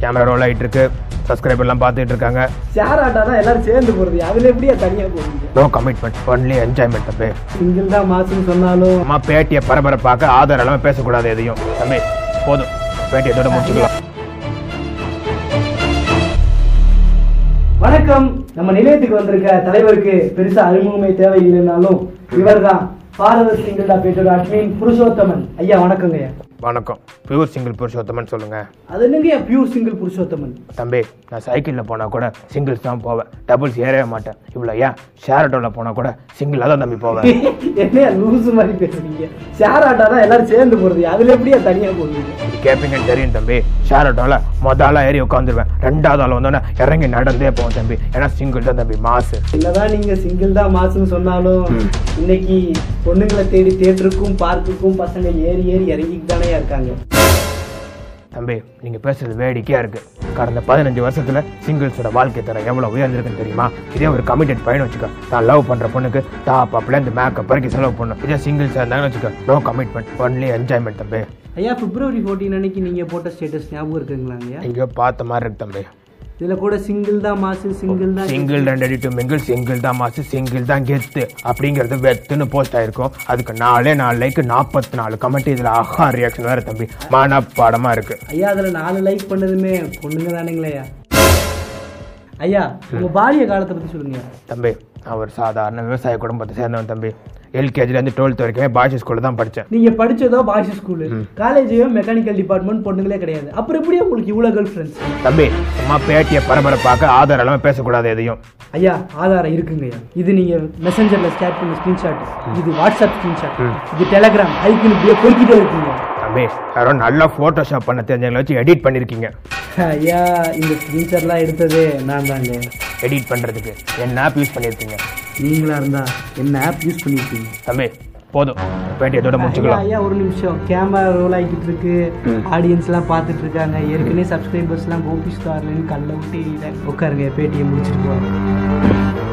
Camera roll ஆகிட்டு இருக்கு சப்ஸ்கிரைபர்லாம் பார்த்துட்டு இருக்காங்க ஷேர் ஆட்டா தான் எல்லாரும் சேர்ந்து போறது அதுல எப்படியா தனியா போவீங்க நோ கமிட்மெண்ட் ஒன்லி என்ஜாய்மெண்ட் தம்பி சிங்கிள் தான் மாசுன்னு சொன்னாலும் அம்மா பேட்டியை பரபரப்பாக்க ஆதாரம் இல்லாமல் பேசக்கூடாது எதையும் தம்பி போதும் பேட்டியத்தோட முடிச்சுக்கலாம் வணக்கம் நம்ம நிலையத்துக்கு வந்திருக்க தலைவருக்கு பெருசா அறிமுகமே தேவையில்லைனாலும் இவர்தான் பாரத சிங்கிள்டா பேட்டோட அட்மின் புருஷோத்தமன் ஐயா வணக்கங்க ஐயா வணக்கம் பியூர் சிங்கிள் புருஷோத்தமன் சொல்லுங்கள் அது என்னங்க ஐயா பியூர் சிங்கிள் புருஷோத்தமன் தம்பி நான் சைக்கிளில் போனால் கூட சிங்கிள்ஸ் தான் போவேன் டபுள்ஸ் ஏறவே மாட்டேன் இவ்வளோ ஏன் ஷேர் ஆட்டோவில் போனால் கூட சிங்கிளாக தான் தம்பி போவேன் என்னையா லூசு மாதிரி பேசுறீங்க ஷேர் ஆட்டா தான் எல்லாரும் சேர்ந்து போறது அதுல எப்படியா தனியா போவீங்க இது கேட்பீங்கன்னு தெரியும் தம்பி ஷேர் ஆட்டோவில் மொதல் ஆளாக ஏறி உட்காந்துருவேன் ரெண்டாவது ஆள் வந்தோடனே இறங்கி நடந்தே போவேன் தம்பி ஏன்னா சிங்கிள் தான் தம்பி மாசு என்னதான் நீங்க சிங்கிள் தான் மாசுன்னு சொன்னாலும் இன்னைக்கு பொண்ணுங்களை தேடி தேட்டருக்கும் பார்க்குக்கும் பசங்க ஏறி ஏறி இறங்கிட்டு தானே இருக்காங்க தம்பி நீங்கள் பேசுறது வேடிக்கையாக இருக்குது கடந்த பதினஞ்சு வருஷத்தில் சிங்கிள்ஸோட வாழ்க்கை தரம் எவ்வளோ உயர்ந்திருக்குன்னு தெரியுமா இதே ஒரு கமிட்டட் பையன் வச்சுக்கோ தான் லவ் பண்ணுற பொண்ணுக்கு டாப் அப்லேருந்து மேக்கப் வரைக்கும் செலவு பண்ணும் இதே சிங்கிள்ஸாக இருந்தாங்கன்னு வச்சுக்கோ நோ கமிட்மெண்ட் ஒன்லி என்ஜாய்மெண்ட் தம்பி ஐயா பிப்ரவரி ஃபோர்டீன் அன்னைக்கு நீங்க போட்ட ஸ்டேட்டஸ் ஞாபகம் இருக்குங்களாங்க ஐயா எங்கேயோ பார்த்த மாதிரி இருக்கு தம்பி இதுல கூட சிங்கிள் தான் மாசு சிங்கிள் தான் சிங்கிள் ரெண்டு அடி டூ மிங்கிள் சிங்கிள் தான் மாசு சிங்கிள் தான் கெத்து அப்படிங்கிறது வெத்துன்னு போஸ்ட் ஆயிருக்கும் அதுக்கு நாலே நாலு லைக் நாற்பத்தி நாலு கமெண்ட் இதில் ஆஹா ரியாக்ஷன் வேறு தம்பி மனப்பாடமாக இருக்கு ஐயா அதுல நாலு லைக் பண்ணதுமே பொண்ணுங்க தானுங்களே ஐயா ஐயா உங்க பாலிய காலத்தை பத்தி சொல்லுங்க ஐயா. தம்பி நான் ஒரு சாதாரண விவசாய குடும்பத்தை சேர்ந்தவன் தம்பி எல்கேஜிலேருந்து டுவெல்த் வரைக்குமே பாய்ஸ் ஸ்கூலில் தான் படித்தேன் நீங்க படிச்சதோ பாய்ஸ் ஸ்கூலு காலேஜையோ மெக்கானிக்கல் டிபார்ட்மெண்ட் பொண்ணுங்களே கிடையாது அப்புறம் எப்படியா உங்களுக்கு இவ்வளவு கேர்ள் ஃப்ரெண்ட்ஸ் தம்பி சும்மா பேட்டியை பரபரப்பாக்க ஆதாரம் இல்லாமல் பேசக்கூடாது எதையும் ஐயா ஆதாரம் இருக்குங்க ஐயா இது நீங்க மெசஞ்சர்ல ஸ்கேட் பண்ண ஸ்கிரீன்ஷாட் இது வாட்ஸ்அப் ஸ்கிரீன்ஷாட் இது டெலகிராம் ஐக்கில் இப்படியே போய்கிட்டே இருக்குங்க தம்பி யாரோ நல்லா ஃபோட்டோஷாப் பண்ண தெரிஞ்சவங்களை வச்சு எடிட் பண்ணியிருக்கீங்க ஐயா இந்த ஸ்கிரீன்ஷாட்லாம் எடுத்ததே நான் தாங்க எடிட் பண்ணுறதுக்கு என்ன ஆப் யூஸ் பண்ணியிருக்கீங்க நீங்களா இருந்தா என்ன ஆப் யூஸ் பண்ணிருக்கீங்க தம்பி போதும் பேட்டியத்தோட ஐயா முடிச்சுக்கலாம் ஐயா ஒரு நிமிஷம் கேமரா ரோல் ஆகிட்டு இருக்கு ஆடியன்ஸ்லாம் பார்த்துட்டு இருக்காங்க ஏற்கனவே சப்ஸ்கிரைபர்ஸ்லாம் கோபி ஸ்டார்லன்னு கல்ல விட்டு இல்லை உட்காருங்க பேட்டியை முடிச்சிட்டு போகிறோம்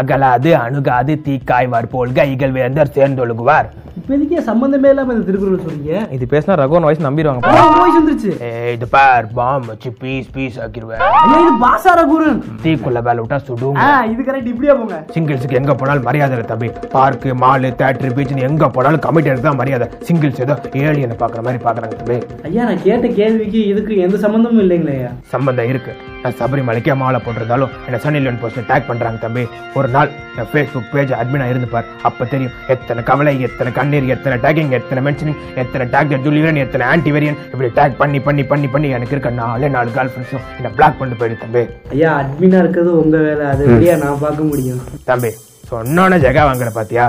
அகலாது அணுகாது தீக்காய்வார் போல் கைகள் வேந்தர் சேர்ந்தொழுகுவார் இப்போ எதுக்கே சம்மந்தமே இல்லாமல் இந்த திருக்குறள் சொல்றீங்க இது பேசினா ரகோன் வாய்ஸ் நம்பிடுவாங்க ஆ, உங்க voice வந்துருச்சு இது பார் பாம் வச்சு பீஸ் பீஸ் ஆக்கிடுவேன் ஐயா இது பாசார குரன் தீக்குள்ள வேலை விட்டா சுடும் ஆ இது கரெக்ட் இப்படியே போங்க சிங்கிள்ஸுக்கு எங்க போனாலும் மரியாதை இல்லை தம்பி பார்க்கு மாலு தேட்டர் பீச்னு எங்க போனாலும் கமிட்டி தான் மரியாதை சிங்கிள்ஸ் ஏதோ ஏழியனை பார்க்குற மாதிரி பார்க்குறாங்க தம்பி ஐயா நான் கேட்ட கேள்விக்கு இதுக்கு எந்த சம்மந்தமும் இல்லைங்களே ஐயா சம்பந்தம் இருக்கு நான் சபரிமலைக்கே மாலை போட்டிருந்தாலும் என்னை சனி லோன் போஸ்ட் டேக் பண்றாங்க தம்பி ஒரு நாள் என் ஃபேஸ்புக் பேஜ் அட்மினா இருந்து பார் அப்ப தெரியும் எத்தனை கவலை எத்தனை கண்ணீர் எத்தனை டேக்கிங் எத்தனை மென்ஷனிங் எத்தனை டேக் ஜூலியன் எத்தனை ஆன்டி வேரியன் இப்படி டேக் பண்ணி பண்ணி பண்ணி பண்ணி எனக்கு இருக்க நாலே நாலு கேர்ள் ஃப்ரெண்ட்ஸும் என்னை பிளாக் பண்ணிட்டு போயிடு தம்பி ஐயா அட்மினா இருக்கிறது உங்க வேலை அது எப்படியா நான் பார்க்க முடியும் தம்பி சொன்னோன்னே ஜெகா வாங்குற பாத்தியா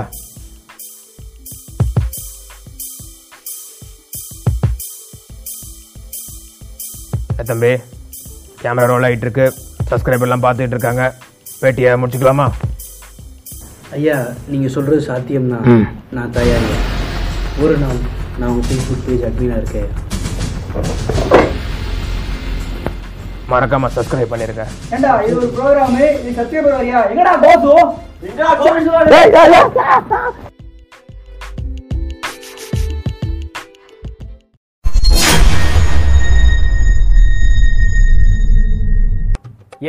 ஏ தம்பி கேமரா ரோல் ஆகிட்டு இருக்கு சப்ஸ்கிரைபர்லாம் பார்த்துட்டு இருக்காங்க பேட்டியை முடிச்சுக்கலாமா ஐயா நீங்க சொல்றது சாத்தியம்னா ம். நான் தயார் ஒரு நாள் நான் உங்க ஃபேஸ்புக் பேஜ் அட்மினா இருக்கேன் மறக்காம சப்ஸ்கிரைப் பண்ணிருங்க ஏண்டா இது ஒரு ப்ரோக்ராம் இது சத்தியபுரம் ஐயா எங்கடா கோசு எங்கடா கோசு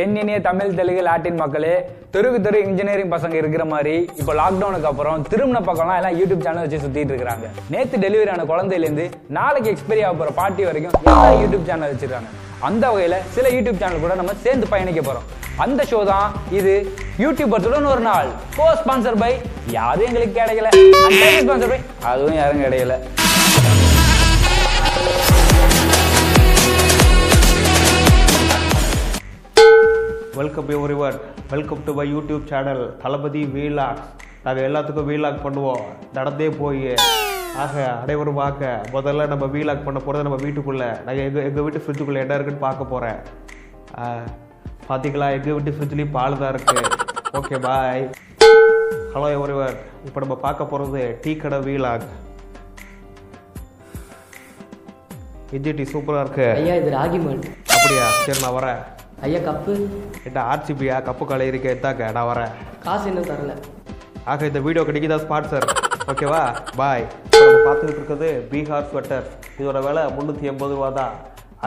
எண்ணினிய தமிழ் தெலுங்கு லாட்டின் மக்களே தெருக்கு தெரு இன்ஜினியரிங் பசங்க இருக்கிற மாதிரி இப்போ லாக்டவுனுக்கு அப்புறம் திருமண பக்கம்லாம் எல்லாம் யூடியூப் சேனல் வச்சு சுத்திட்டு இருக்காங்க நேத்து டெலிவரி ஆன குழந்தையிலேருந்து நாளைக்கு எக்ஸ்பைரி ஆக போற பாட்டி வரைக்கும் எல்லா யூடியூப் சேனல் வச்சிருக்காங்க அந்த வகையில சில யூடியூப் சேனல் கூட நம்ம சேர்ந்து பயணிக்க போறோம் அந்த ஷோ தான் இது யூடியூபர்ஸுடன் ஒரு நாள் கோ ஸ்பான்சர் பை யாரும் எங்களுக்கு கிடைக்கல ஸ்பான்சர் பை அதுவும் யாரும் கிடைக்கல welcome everyone welcome to my YouTube channel Thalapathy vlogs நாங்கள் எல்லாத்துக்கும் வீலாக் பண்ணுவோம் நடந்தே போய் ஆக அனைவரும் வாக்க முதல்ல நம்ம வீலாக் பண்ண போகிறது நம்ம வீட்டுக்குள்ளே நாங்கள் எங்கள் எங்கள் வீட்டு ஃப்ரிட்ஜுக்குள்ளே என்ன இருக்குன்னு பார்க்க போகிறேன் பார்த்தீங்களா எங்கள் வீட்டு ஃப்ரிட்ஜ்லேயும் பால் தான் இருக்குது ஓகே பாய் ஹலோ எவ்ரிவன் இப்போ நம்ம பார்க்க போகிறது டீ கடை வீலாக் விஜய் டீ சூப்பராக இருக்கு ஐயா இது ராகி மால்ட் அப்படியா சரி நான் வரேன் ஐயா கப்பு என்ன ஆர்சிபியா கப்பு கலை இருக்கே தாங்க நான் வரேன் காசு இன்னும் தரல ஆக இந்த வீடியோ கிடைக்குதா ஸ்பான்சர் ஓகேவா பாய் நம்ம பார்த்துக்கிட்டு இருக்கிறது பீகார் ஸ்வெட்டர் இதோட விலை முந்நூற்றி எண்பது ரூபா தான்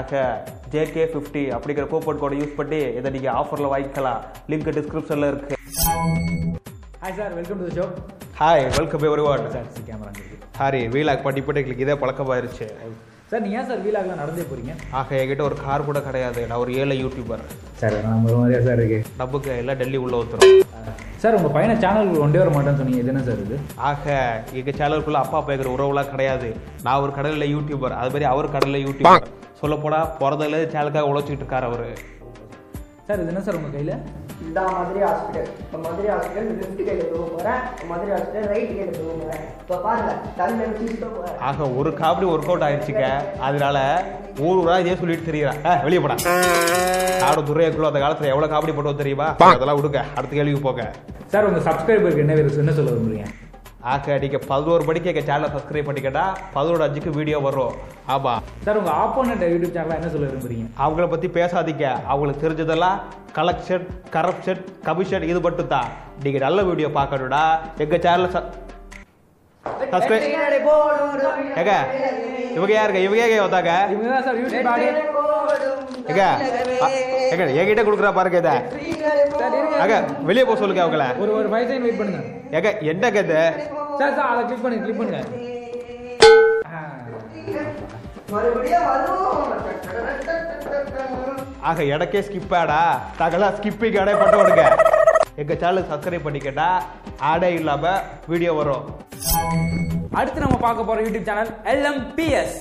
ஆக ஜேகே ஃபிஃப்டி அப்படிங்கிற கூப்பன் கோடை யூஸ் பண்ணி இதை நீங்கள் ஆஃபரில் வாங்கிக்கலாம் லிங்க் டிஸ்கிரிப்ஷனில் இருக்கு hi sir welcome to show hi welcome everyone taxi camera ஹாரி வீலாக் பண்ணி போட்டு எங்களுக்கு இதே பழக்கமாயிருச்சு சார் நீ ஏன் சார் வீலாகலாம் நடந்தே போறீங்க ஆக என்கிட்ட ஒரு கார் கூட கிடையாது நான் ஒரு ஏழை யூடியூபர் சார் நம்ம மாதிரியா சார் இருக்கு நமக்கு எல்லாம் டெல்லி உள்ள ஒருத்தரும் சார் உங்க பையனை சேனலுக்கு கொண்டே வர மாட்டேன்னு சொன்னீங்க இது என்ன சார் இது ஆக எங்கள் சேனலுக்குள்ள அப்பா பயக்கிற உறவுலாம் கிடையாது நான் ஒரு கடலில் யூடியூபர் அது மாதிரி அவர் கடலில் யூடியூபர் சொல்லப்போனால் பிறந்ததுல சேனலுக்காக உழைச்சிக்கிட்டு இருக்கார் அவர் சார் இது என்ன சார் உங்க கையில இந்த மாதிரி ஹாஸ்பிட்டல் இப்போ மதுரை ஹாஸ்பிட்டல் லெஃப்ட் கையில் தூக்க போகிறேன் மதுரை ஹாஸ்பிட்டல் ரைட் கையில் தூக்க போகிறேன் இப்போ பாருங்க தண்ணி நினச்சிட்டு போகிறேன் ஆக ஒரு காமெடி ஒர்க் அவுட் ஆயிடுச்சுங்க அதனால ஊர் ஊரா இதே சொல்லிட்டு தெரியுறேன் வெளியே போடா ஆடு துறையக்குள்ள அந்த காலத்துல எவ்வளவு காமெடி போட்டோம் தெரியுமா அதெல்லாம் விடுங்க அடுத்த கேள்விக்கு போங்க சார் உங்க சப்ஸ்கிரைபருக்கு என்ன வேறு என்ன சொல்ல விரும்புறீங்க ஆக நீங்க பதினோரு மணிக்கு எங்க சேனலை சப்ஸ்கிரைப் பண்ணிக்கிட்டா பதினோரு அஞ்சுக்கு வீடியோ வரும் ஆமா சார் உங்க ஆப்போனண்ட் யூடியூப் சேனலா என்ன சொல்ல விரும்புறீங்க அவங்கள பத்தி பேசாதீங்க அவங்களுக்கு தெரிஞ்சதெல்லாம் கலெக்ஷன் கரப்ஷன் கமிஷன் இது மட்டும் தான் நீங்க நல்ல வீடியோ பார்க்கணும்னா எங்க சேனலை சப்ஸ்கிரைப் ஏங்க இவங்க யாருங்க இவங்க ஏங்க வந்தாங்க இவங்க தான் சார் யூடியூப் ஆடு ஏங்க அ- ஏங்க என்கிட்ட கொடுக்குறா பாருங்க இதை அங்க வெளியே போக சொல்லுங்க அவங்கள ஒரு ஒரு ஃபைவ் செகண்ட் வெயிட் பண்ணுங்க ஏங்க என்னங்க இது சார் சார் அதை கிளிக் பண்ணுங்க கிளிக் பண்ணுங்க மறுபடியும் வரும் ஆக எனக்கே ஸ்கிப் ஆடா தகலா ஸ்கிப்பிங் ஆடே பண்ண விடுங்க எங்க சேனல் சப்ஸ்கிரைப் பண்ணிக்கிட்டா ஆடே இல்லாம வீடியோ வரும் அடுத்து நம்ம பார்க்க போற யூடியூப் சேனல் எல்எம்பிஎஸ்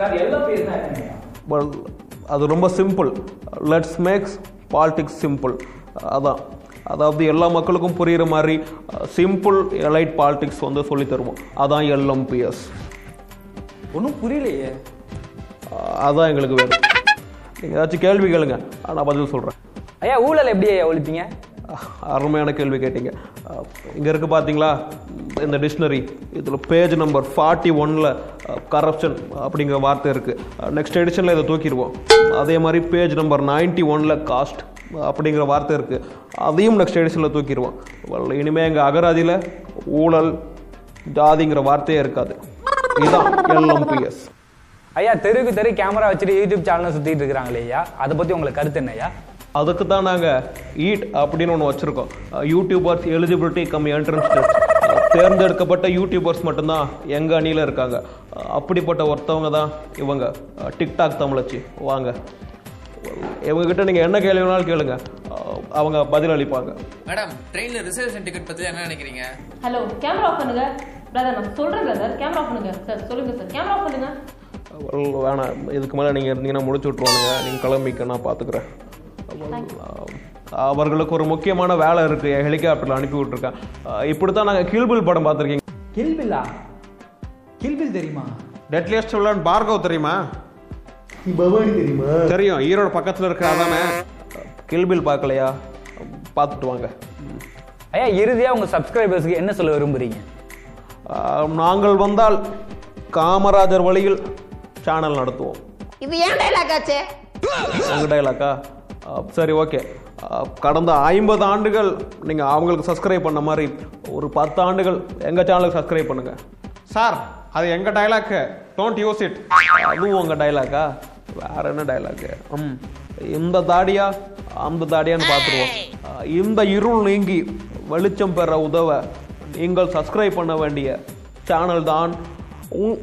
சார் எல்லாம் பேசினா என்னங்க Well, அது ரொம்ப simple let's makes politics simple அதான் அதாவது எல்லா மக்களுக்கும் புரியுற மாதிரி சிம்பிள் எலைட் பாலிடிக்ஸ் வந்து சொல்லி தருவோம் அதான் எல்எம்பிஎஸ் ஒன்றும் புரியலையே அதான் எங்களுக்கு வேணும் நீங்கள் ஏதாச்சும் கேள்வி கேளுங்க நான் பதில் சொல்கிறேன் ஐயா ஊழல் எப்படி ஐயா ஒழிப்பீங்க அருமையான கேள்வி கேட்டீங்க இங்கே இருக்கு பார்த்தீங்களா இந்த டிக்ஷனரி இதில் பேஜ் நம்பர் ஃபார்ட்டி ஒனில் கரப்ஷன் அப்படிங்கிற வார்த்தை இருக்குது நெக்ஸ்ட் எடிஷனில் இதை தூக்கிடுவோம் அதே மாதிரி பேஜ் நம்பர் நைன்ட்டி ஒனில் காஸ்ட் அப்படிங்கிற வார்த்தை இருக்குது அதையும் நெக்ஸ்ட் எடிஷனில் தூக்கிடுவோம் Well, இனிமே எங்கள் அகராதியில் ஊழல் ஜாதிங்கிற வார்த்தையே இருக்காது இதுதான் எல்எம்பிஎஸ் ஐயா தெருக்கு தெரு கேமரா வச்சுட்டு யூடியூப் சேனல் சுத்திட்டு இருக்காங்களே ஐயா அதை பத்தி உங்களுக்கு கருத்து என்ன ஐயா அதுக்கு தான் நாங்கள் ஈட் அப்படின்னு ஒன்று வச்சுருக்கோம் YouTubers eligibility cum entrance test தேர்ந்தெடுக்கப்பட்ட யூடியூபர்ஸ் மட்டும்தான் எங்கள் அணியில் இருக்காங்க அஹ் அப்படிப்பட்ட ஒருத்தவங்க தான் இவங்க அஹ் டிக்டாக் தமிழச்சி வாங்க இவங்ககிட்ட நீங்கள் என்ன கேள்வி வேணாலும் கேளுங்க அஹ் அவங்க பதில் அளிப்பாங்க மேடம் ட்ரெயின்ல ரிசர்வேஷன் டிக்கெட் பத்தி என்ன நினைக்கிறீங்க ஹலோ கேமரா ஆஃப் பண்ணுங்க பிரதர் நான் சொல்றேன் பிரதர் கேமரா ஆஃப் பண்ணுங்க சார் சொல்லுங்க சார் கேமரா ஆஃப் பண்ணுங்க Well, வேணாம் இதுக்கு மேலே நீங்கள் இருந்தீங்கன்னா முடிச்சு விட்ருவானுங்க நீங்கள் கிளம்பிக்க நான் பார்த்துக்கிறேன் அவர்களுக்கு ஒரு முக்கியமான வேலை இருக்குது ஹெலிகாப்டரில் அனுப்பி விட்ருக்கேன் இப்படி தான் நாங்கள் கீழ்பில் படம் பார்த்துருக்கீங்க கில்பில்லா கில்பில் தெரியுமா டெட்லியஸ்ட் வில்லன் பார்கவ் தெரியுமா பவானி தெரியுமா தெரியும் ஈரோடு பக்கத்துல இருக்க அதானே கில்பில் பார்க்கலையா பார்த்துட்டு வாங்க ஐயா இறுதியா உங்க சப்ஸ்கிரைபர்ஸ்க்கு என்ன சொல்ல விரும்புறீங்க ஆஹ், நாங்கள் வந்தால் காமராஜர் வழியில் சேனல் நடத்துவோம் இது ஏன் டைலாக் ஆச்சு உங்க டைலாக்கா சரி ஓகே கடந்த ஐம்பது ஆண்டுகள் நீங்கள் அவங்களுக்கு சப்ஸ்கிரைப் பண்ண மாதிரி ஒரு பத்து ஆண்டுகள் எங்கள் சேனலுக்கு சப்ஸ்கிரைப் பண்ணுங்க சார் அது எங்கள் டைலாக்கு டோன்ட் யூஸ் இட் அதுவும் உங்கள் டைலாக்கா வேற என்ன டைலாக்கு ம் இந்த தாடியா அந்த தாடியான்னு பார்த்துருவோம் அஹ், இந்த இருள் நீங்கி வெளிச்சம் பெற உதவ நீங்கள் சப்ஸ்கிரைப் பண்ண வேண்டிய சேனல் தான் உ-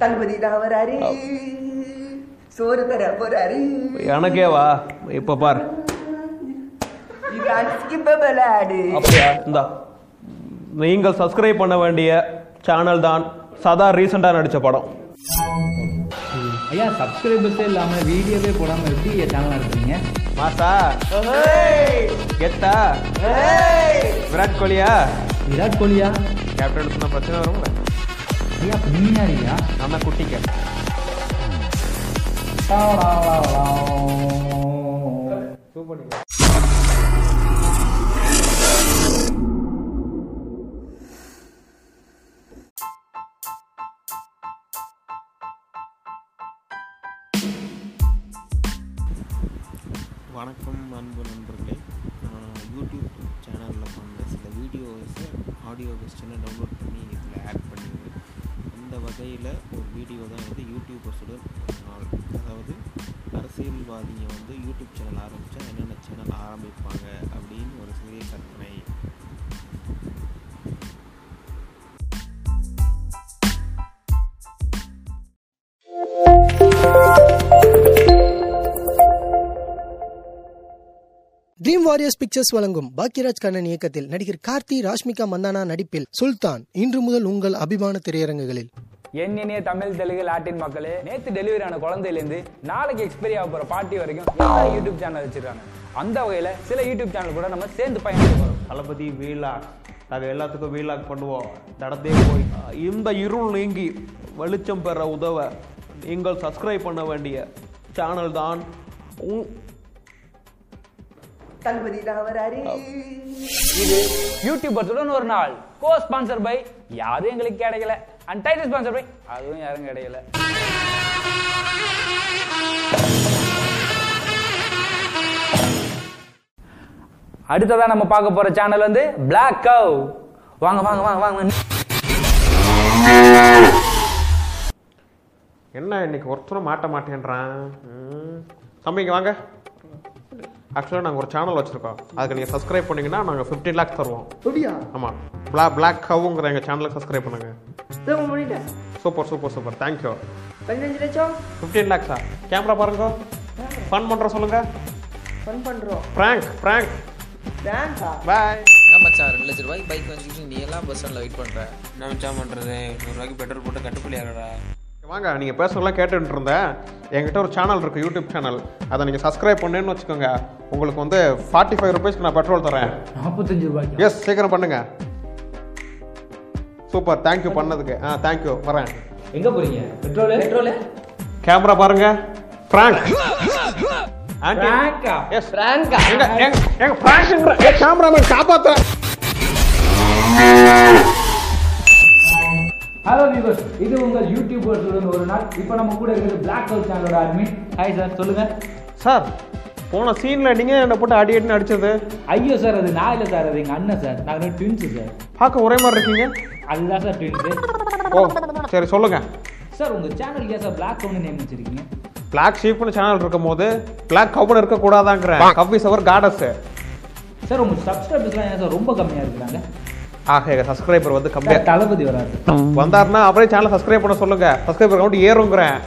தளபதி தான் வராரு சோறு தர போறாரு எனக்கேவா இப்போ பார் இது அடிச்சுக்கு விளையாடு அப்படியா இந்தா நீங்கள் சப்ஸ்கிரைப் பண்ண வேண்டிய சேனல் தான் சதா ரீசெண்டாக நடித்த படம் ஐயா சப்ஸ்கிரைபர்ஸே இல்லாம வீடியோவே போடாம எப்படி சேனல் நடத்துறீங்க மாசா கெத்தா விராட் கோலியா விராட் கோலியா கேப்டன் சொன்ன பிரச்சனை வரும்ல ஐயா அப்ப நீ யாரியா நம்ம குட்டிக்க வணக்கம் அன்பு நண்பர்களே நான் யூடியூப் சேனலில் பண்ண சில வீடியோஸை ஆடியோ வெஸ்டனை டவுன்லோட் பண்ணி இதில் ஆட் பண்ணுவேன் அந்த வகையில் ஒரு வீடியோ தான் வந்து யூடியூபர்ஸோட ஒரு நாள் அதாவது அரசியல்வாதிங்க வந்து யூடியூப் சேனல் ஆரம்பித்தா என்னென்ன சேனல் ஆரம்பிப்பாங்க அப்படின்னு ஒரு சிறிய கற்பனை ட்ரீம் வாரியர்ஸ் பிக்சர்ஸ் வழங்கும் பாக்கியராஜ் கண்ணன் இயக்கத்தில் நடிகர் கார்த்தி ராஷ்மிகா மந்தானா நடிப்பில் சுல்தான் இன்று முதல் உங்கள் அபிமான திரையரங்குகளில் என் இனிய தமிழ் தெலுங்கு லாட்டின் மக்களே நேத்து டெலிவரி ஆன குழந்தையிலேருந்து நாளைக்கு எக்ஸ்பைரி ஆக போற பாட்டி வரைக்கும் எல்லா யூடியூப் சேனல் வச்சிருக்காங்க அந்த வகையில சில யூடியூப் சேனல் கூட நம்ம சேர்ந்து பயணிக்க போறோம் தளபதி வீலாக் நாங்கள் எல்லாத்துக்கும் வீலாக் பண்ணுவோம் நடந்தே போய் இந்த இருள் நீங்கி வெளிச்சம் பெற உதவ நீங்கள் சப்ஸ்கிரைப் பண்ண வேண்டிய சேனல் தான் உ- தளபதி தான் வராரு இது யூடியூபர்ஸுடன் ஒரு நாள் கோ ஸ்பான்சர் பை யாரும் எங்களுக்கு கிடைக்கல அண்ட் டைட்டில் ஸ்பான்சர் பை அதுவும் யாரும் கிடைக்கல அடுத்ததா நம்ம பார்க்க போற சேனல் வந்து Black Cow வாங்க வாங்க வாங்க வாங்க என்ன இன்னைக்கு ஒருத்தரும் மாட்ட மாட்டேன்றான் ம். தம்பி இங்க வாங்க ஆக்சுவலாக நாங்கள் ஒரு சேனல் வச்சுருக்கோம் அதுக்கு நீங்கள் சப்ஸ்கிரைப் பண்ணீங்கன்னா நாங்கள் ஃபிஃப்டீன் லேக்ஸ் தருவோம் அப்படியா ஆமாம் பிளா பிளாக் கவுங்கிற எங்கள் சேனலுக்கு சப்ஸ்கிரைப் பண்ணுங்க திரும்ப முடியல சூப்பர் சூப்பர் சூப்பர் தேங்க்யூ பதினஞ்சு லட்சம் ஃபிஃப்டீன் லேக்ஸா கேமரா பாருங்க ஃபன் பண்ணுற சொல்லுங்க ஃபன் பண்றோம் prank prank தேங்க்ஸா பாய் ஆமா சார் ரெண்டு லட்ச ரூபாய்க்கு பைக் வாங்கிட்டு நீ எல்லாம் பஸ் ஸ்டாண்ட்ல வெயிட் பண்ற என்ன மச்சான் பண்றது நூறுரூவாய்க்கு பெட்ரோல் போட்டு கட்டுப்பள்ளி ஆகிறா வாங்க நீங்கள் பேசுறதெல்லாம் கேட்டுட்டு இருந்தேன் என்கிட்ட ஒரு சேனல் இருக்குது யூடியூப் சேனல் அதை நீங்கள் சப்ஸ்கிரைப் பண்ணேன்னு வச்சுக்கோங்க உங்களுக்கு வந்து ஃபார்ட்டி ஃபைவ் ருபீஸ்க்கு நான் பெட்ரோல் தரேன் நாற்பத்தஞ்சு ரூபாய்க்கு எஸ் சீக்கிரம் பண்ணுங்க சூப்பர் தேங்க்யூ பண்ணதுக்கு ஆ தேங்க்யூ வரேன் எங்க போறீங்க பெட்ரோல் பெட்ரோல் கேமரா பாருங்க பிராங்க் ஆண்டி எஸ் பிராங்கா எங்க எங்க எங்க பிராங்க்ன்ற ஏ கேமராமேன் காப்பாத்துற ஹலோ வியூவர்ஸ் இது உங்கள் யூடியூபர்ஸுடன் ஒரு நாள் இப்போ நம்ம கூட இருக்கிறது பிளாக் ஹவுஸ் சேனலோட அட்மின் ஹாய் சார் சொல்லுங்க சார் போன சீன்ல நீங்க என்ன போட்டு அடி அடின்னு அடிச்சது ஐயோ சார் அது நான் இல்லை சார் அது எங்கள் அண்ணன் சார் நாங்கள் ட்வின்ஸு சார் பார்க்க ஒரே மாதிரி இருக்கீங்க அதுதான் சார் ட்வின்ஸு ஓ சரி சொல்லுங்க சார் உங்கள் சேனல் ஏன் சார் பிளாக் ஹவுன்னு நேம் வச்சிருக்கீங்க பிளாக் ஷீப்னு சேனல் இருக்கும் போது பிளாக் கவுன் இருக்க கூடாதாங்கிற cow is our gods sir உங்கள் சப்ஸ்கிரைபர்ஸ்லாம் ஏன் சார் ரொம்ப கம்மியாக இருக்கிறாங்க ஆக எங்க சப்ஸ்கிரைபர் வந்து கம்மியா சார், தளபதி வராது வந்தாருன்னா அவரே சேனல் சப்ஸ்கிரைப் பண்ண சொல்லுங்க சப்ஸ்கிரைபர் கவுண்ட் ஏறுங்கிறேன்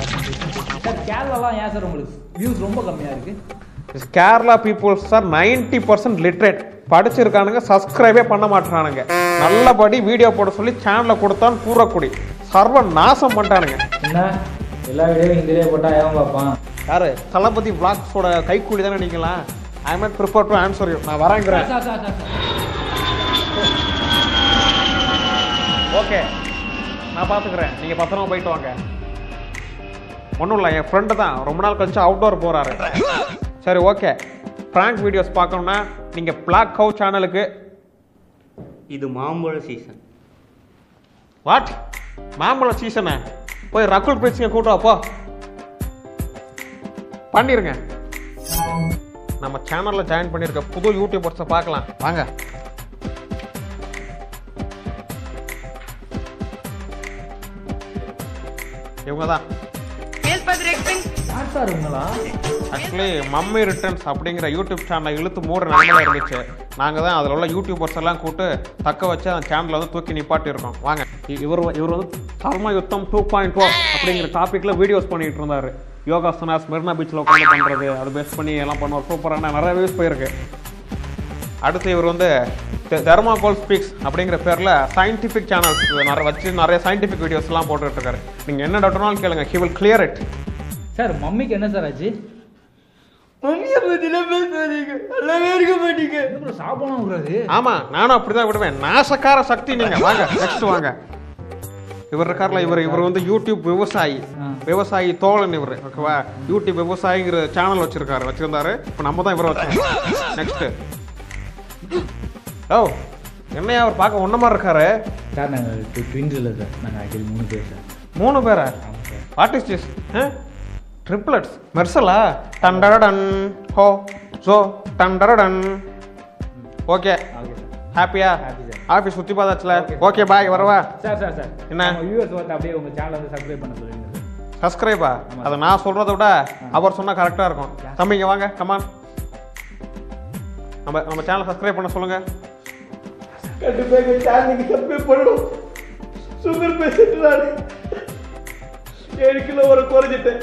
சார் கேரளாலாம் ஏன் சார் உங்களுக்கு வியூஸ் ரொம்ப கம்மியாக இருக்குது Kerala peoples are ninety percent literate படிச்சிருக்கானுங்க சப்ஸ்கிரைபே பண்ண மாட்டானுங்க நல்லபடி வீடியோ போட சொல்லி சேனலை கொடுத்தான் கூறக்குடி சர்வ நாசம் பண்ணிட்டானுங்க என்ன எல்லா வீடியோவும் ஹிந்திலே போட்டால் ஏன் பார்ப்பான் யாரு தளபதி பிளாக்ஸோட கைக்கூலி தானே நீங்களா I am not prepare to answer you நான் வரேங்கிறேன் sir sir sir sir okay நான் பார்த்துக்கிறேன் நீங்கள் பத்திரமா போயிட்டு வாங்க ஒன்றும் இல்லை என் ஃப்ரெண்டு தான் ரொம்ப நாள் கழிச்சு அவுட்டோர் போகிறாரு சரி ஓகே ப்ராங்க் வீடியோஸ் பார்க்கணும்னா நீங்கள் பிளாக் கவு சேனலுக்கு இது மாம்பழ சீசன் வாட் மாம்பழம் சீசனு போய் ரகுல் பிரீத்ஸிங்க கூட்டு வா, போ பண்ணிருங்க நம்ம சேனல்ல ஜாயின் பண்ணிருக்க புது யூடியூபர்ஸை பார்க்கலாம் வாங்க இவங்க தான் யார் சார் உங்களா ஆக்சுவலி மம்மி ரிட்டர்ன்ஸ் அப்படிங்கிற யூடியூப் சேனலை இழுத்து மூட நாங்களே இருந்துச்சு நாங்கள் தான் அதில் உள்ள யூடியூபர்ஸ் எல்லாம் கூட்டு தக்க வச்சு அந்த சேனலை வந்து தூக்கி நிப்பாட்டி இருக்கோம் வாங்க இ- இவர் வ- இவர் வந்து கர்ம யுத்தம் டூ பாயிண்ட் டூ அப்படிங்கிற டாப்பிக்கில் வீடியோஸ் பண்ணிட்டு இருந்தார் யோகாசனாஸ் மெரினா பீச்சில் உட்காந்து பண்ணுறது அது பேஸ் பண்ணி எல்லாம் பண்ணுவார் சூப்பரான நிறைய வியூஸ் போயிருக்கு அடுத்து இவர் வந்து தர்மாகோல் ஸ்பீக்ஸ் அப்படிங்கிற பேரில் சயின்டிஃபிக் சேனல்ஸ் நிறைய வச்சு நிறைய சயின்டிஃபிக் வீடியோஸ்லாம் போட்டுட்ருக்காரு நீங்கள் என்ன டவுட்னாலும் கேளுங்க he will clear it sir மம்மிக்கு என்ன சார் ஆச்சு மம்மியை பத்திலாம் பேசாதீங்க நல்லாவே இருக்க மாட்டீங்க அப்புறம் சாப்பிடலாம் கூடாது ஆமா நானும் அப்படிதான் விடுவேன் நாசக்கார சக்தி நீங்க வாங்க நெக்ஸ்ட் வாங்க இவர் இருக்கார்ல இவர் இவர் வந்து யூடியூப் விவசாயி விவசாயி தோழன் இவர் ஓகேவா யூடியூப் விவசாயிங்கிற சேனல் வச்சிருக்காரு வச்சிருந்தாரு இப்போ நம்ம தான் இவரை வச்சோம் நெக்ஸ்ட் ஓ என்னையா அவர் பார்க்க ஒன்ன மாதிரி இருக்காரு சார் நாங்கள் ட்வின்ஸ் இல்லை சார் நாங்கள் ஆக்சுவலி மூணு பேர் சார் மூணு பேரா வாட் இஸ் திஸ் ட்ரிப்ளட்ஸ் மெர்சலா டண்டரடன் ஹோ ஜோ டண்டரடன் ஓகே ஹாப்பியா ஆஃபீஸ் சுற்றி பார்த்தாச்சுல ஓகே பாய் வரவா சார் சார் சார் என்ன? வியூவர்ஸ் ஒருத்த அப்படியே உங்க சேனல் வந்து சப்ஸ்கிரைப் பண்ண சொல்லுங்க சப்ஸ்கிரைபா அதை நான் சொல்கிறத விட அவர் சொன்னால் கரெக்டாக இருக்கும் தம்பிங்க வாங்க கமான் நம்ம நம்ம சேனலை சப்ஸ்கிரைப் பண்ண சொல்லுங்கள் கண்டிப்பா எங்க சேனலுக்கு சப்ஸ்கிரைப் பண்ணணும் சுகர் பேஷண்ட் நானு ஏழு கிலோ வரை குறைஞ்சிட்டேன்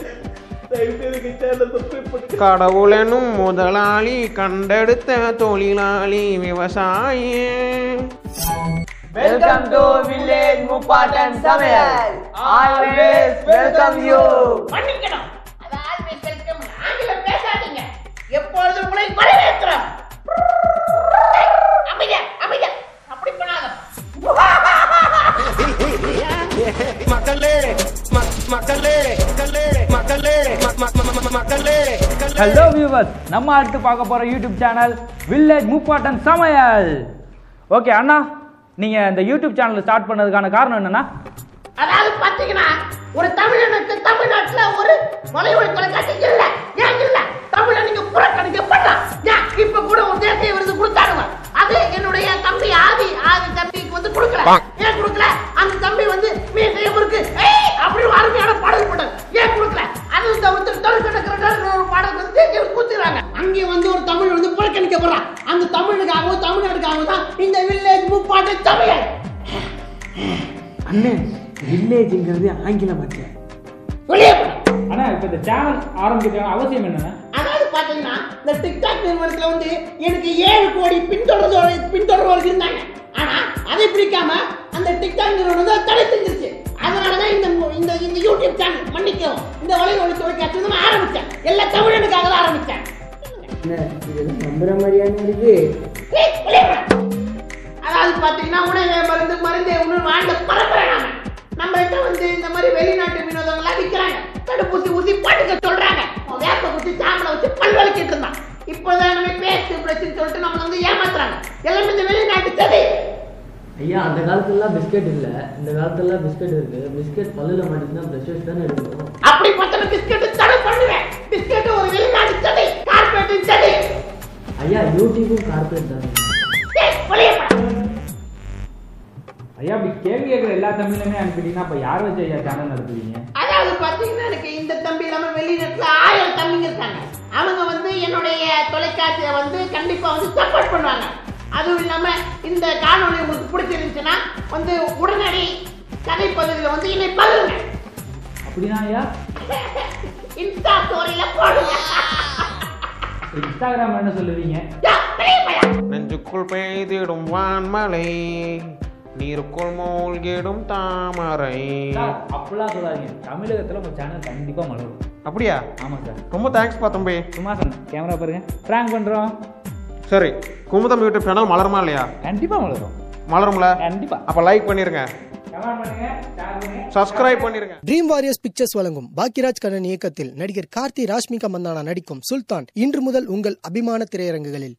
தயவு செய்து எங்க சேனலை சப்ஸ்கிரைப் பண்ணு கடவுளனும் முதலாளி கண்டெடுத்த தொழிலாளி விவசாயி வெல்கம் டு வில்லேஜ் முப்பாட்டன் சமையல் ஆல்வேஸ் வெல்கம் யூ மன்னிக்கணும் அது ஆல்வேஸ் வெல்கம் ஆங்கிலம் பேசாதீங்க எப்பொழுது உங்களை வரவேற்கிறோம் அமைதியா அமைதியா அப்படி பண்ணாத மக்களே மக்களே மக்களே மக்களே மக்களே ஹலோ வியூவர்ஸ் நம்ம அடுத்து பார்க்க போற யூடியூப் சேனல் வில்லேஜ் முப்பாட்டன் சமையல் ஓகே அண்ணா நீங்க இந்த யூடியூப் சேனல் ஸ்டார்ட் பண்ணதுக்கான காரணம் என்னன்னா அதாவது பாத்தீங்கன்னா ஒரு தமிழனுக்கு தமிழ்நாட்டுல ஒரு மலையொலி தொலைக்காட்சி இல்ல ஏன் இல்ல தமிழனுக்கு புறக்கணிக்கப்பட்டான் ஏன் இப்ப கூட ஒரு தேசிய விருது கொடுத்தாங்க அது என்னுடைய தம்பி ஆதி ஆதி தம்பிக்கு வந்து கொடுக்கல ஏன் கொடுக்கல அந்த தம்பி வந்து மீசையும் இருக்கு ஏய் அப்படின்னு அருமையான பாடல் போட்டார் ஏன் கொடுக்கல அது இந்த ஒருத்தர் தமிழ் கணக்கிற ஒரு பாடல் வந்து தேசிய கூத்துறாங்க அங்கே வந்து ஒரு தமிழ் வந்து புறக்கணிக்கப்படுறான் அந்த தமிழுக்காகவும் தமிழ்நாடுக்காகவும் தான் இந்த வில்லேஜ் முப்பாட்டு தமிழ் அண்ணே வில்லேஜுங்கிறது ஆங்கிலம் அச்சே வெளியே போ. அண்ணா இப்ப இந்த சேனல் ஆரம்பிக்கிறதுக்கான அவசியம் என்னன்னா அதாவது பாத்தீங்கன்னா இந்த டிக்டாக் நிறுவனத்துல வந்து எனக்கு ஏழு கோடி பின்தொடர்வோர் பின்தொடர்வோர் இருந்தாங்க ஆனா அதை பிடிக்காம அந்த டிக்டாக் நிறுவனம் வந்து அதை தடை செஞ்சிருச்சு அதனாலதான் இந்த மு- இந்த இந்த யூடியூப் சேனல் மன்னிக்கவும் இந்த வலைவழி தொலைக்காட்சி வந்து நான் ஆரம்பிச்சேன் எல்லா தமிழனுக்காக தான் ஆரம்பிச்சேன் நம்புற மாதிரியான இருக்கு ஏய், வெளியே போடா. அதாவது பாத்தீங்கன்னா உணவே மருந்து மருந்தே உணவு வாழ்ந்த பரம்பரை நாம நம்மள்ட்ட வந்து இந்த மாதிரி வெளிநாட்டு வினோதங்கள்லாம் விற்கிறாங்க தடுப்பூசி ஊசி பாட்டுக்க சொல்றாங்க அவன் வேப்ப குத்தி சாம்பலை வச்சு பல்வழிக்கிட்டு இருந்தான் இப்போதான் நம்ம பேசு பிரச்சுன்னு சொல்லிட்டு நம்மளை வந்து ஏமாத்துறாங்க எல்லாமே இந்த வெளிநாட்டு சதி ஐயா அந்த காலத்துலலாம் பிஸ்கெட் இல்ல இந்த காலத்துலலாம் பிஸ்கெட் இருக்கு பிஸ்கெட் பல்லுல மாட்டிக்கிட்டா ப்ரெஷ் வச்சு தானே எடுக்கணும் அப்படி பார்த்தா பிஸ்கெட் தடை பண்ணுவேன் பிஸ்கெட் ஒரு வெளிநாட்டு சதி கார்பரேட்டின் சதி ஐயா யூடியூபும் கார்பரேட் தானே ஏய், வெளியே போடா. ஐயா அப்படி கேள்வி கேட்குற எல்லா தமிழுமே அனுப்பிட்டீங்கன்னா அப்ப யார் வச்சு ஐயா சேனல் நடத்துவீங்க அதாவது பாத்தீங்கன்னா எனக்கு இந்த தம்பி இல்லாம வெளியிடத்துல ஆயிரம் தம்பிங்க இருக்காங்க அவங்க வந்து என்னுடைய தொலைக்காட்சியை வந்து கண்டிப்பா வந்து சப்போர்ட் பண்ணுவாங்க அதுவும் இல்லாம இந்த காணொளி உங்களுக்கு பிடிச்சிருந்துச்சுன்னா வந்து உடனடி கதை பகுதியில் வந்து என்னை பாருங்க அப்படின்னா ஐயா இன்ஸ்டா ஸ்டோரியில போடுங்க இன்ஸ்டாகிராம் என்ன சொல்லுவீங்க நெஞ்சுக்குள் பெய்திடும் வான்மலை நீருக்குள் மூழ்கிடும் தாமரை சார், அப்படிலாம் சொல்லாதீங்க தமிழகத்துல உங்க சேனல் கண்டிப்பா மலரும் அப்படியா ஆமா சார் ரொம்ப தேங்க்ஸ் பா தம்பி சும்மா சொன்னேன் கேமரா பாருங்க ப்ராங்க் பண்றோம் சரி குமுதம் யூடியூப் சேனல் மலருமா இல்லையா கண்டிப்பா மலரும் மலரும்ல கண்டிப்பா அப்போ லைக் பண்ணிருங்க சப்ஸ்கிரைப் பண்ணிருங்க ட்ரீம் வாரியர்ஸ் பிக்சர்ஸ் வழங்கும் பாக்கியராஜ் கண்ணன் இயக்கத்தில் நடிகர் கார்த்தி ராஷ்மிகா மந்தானா நடிக்கும் சுல்தான் இன்று முதல் உங்கள் அபிமான திரையரங்குகளில்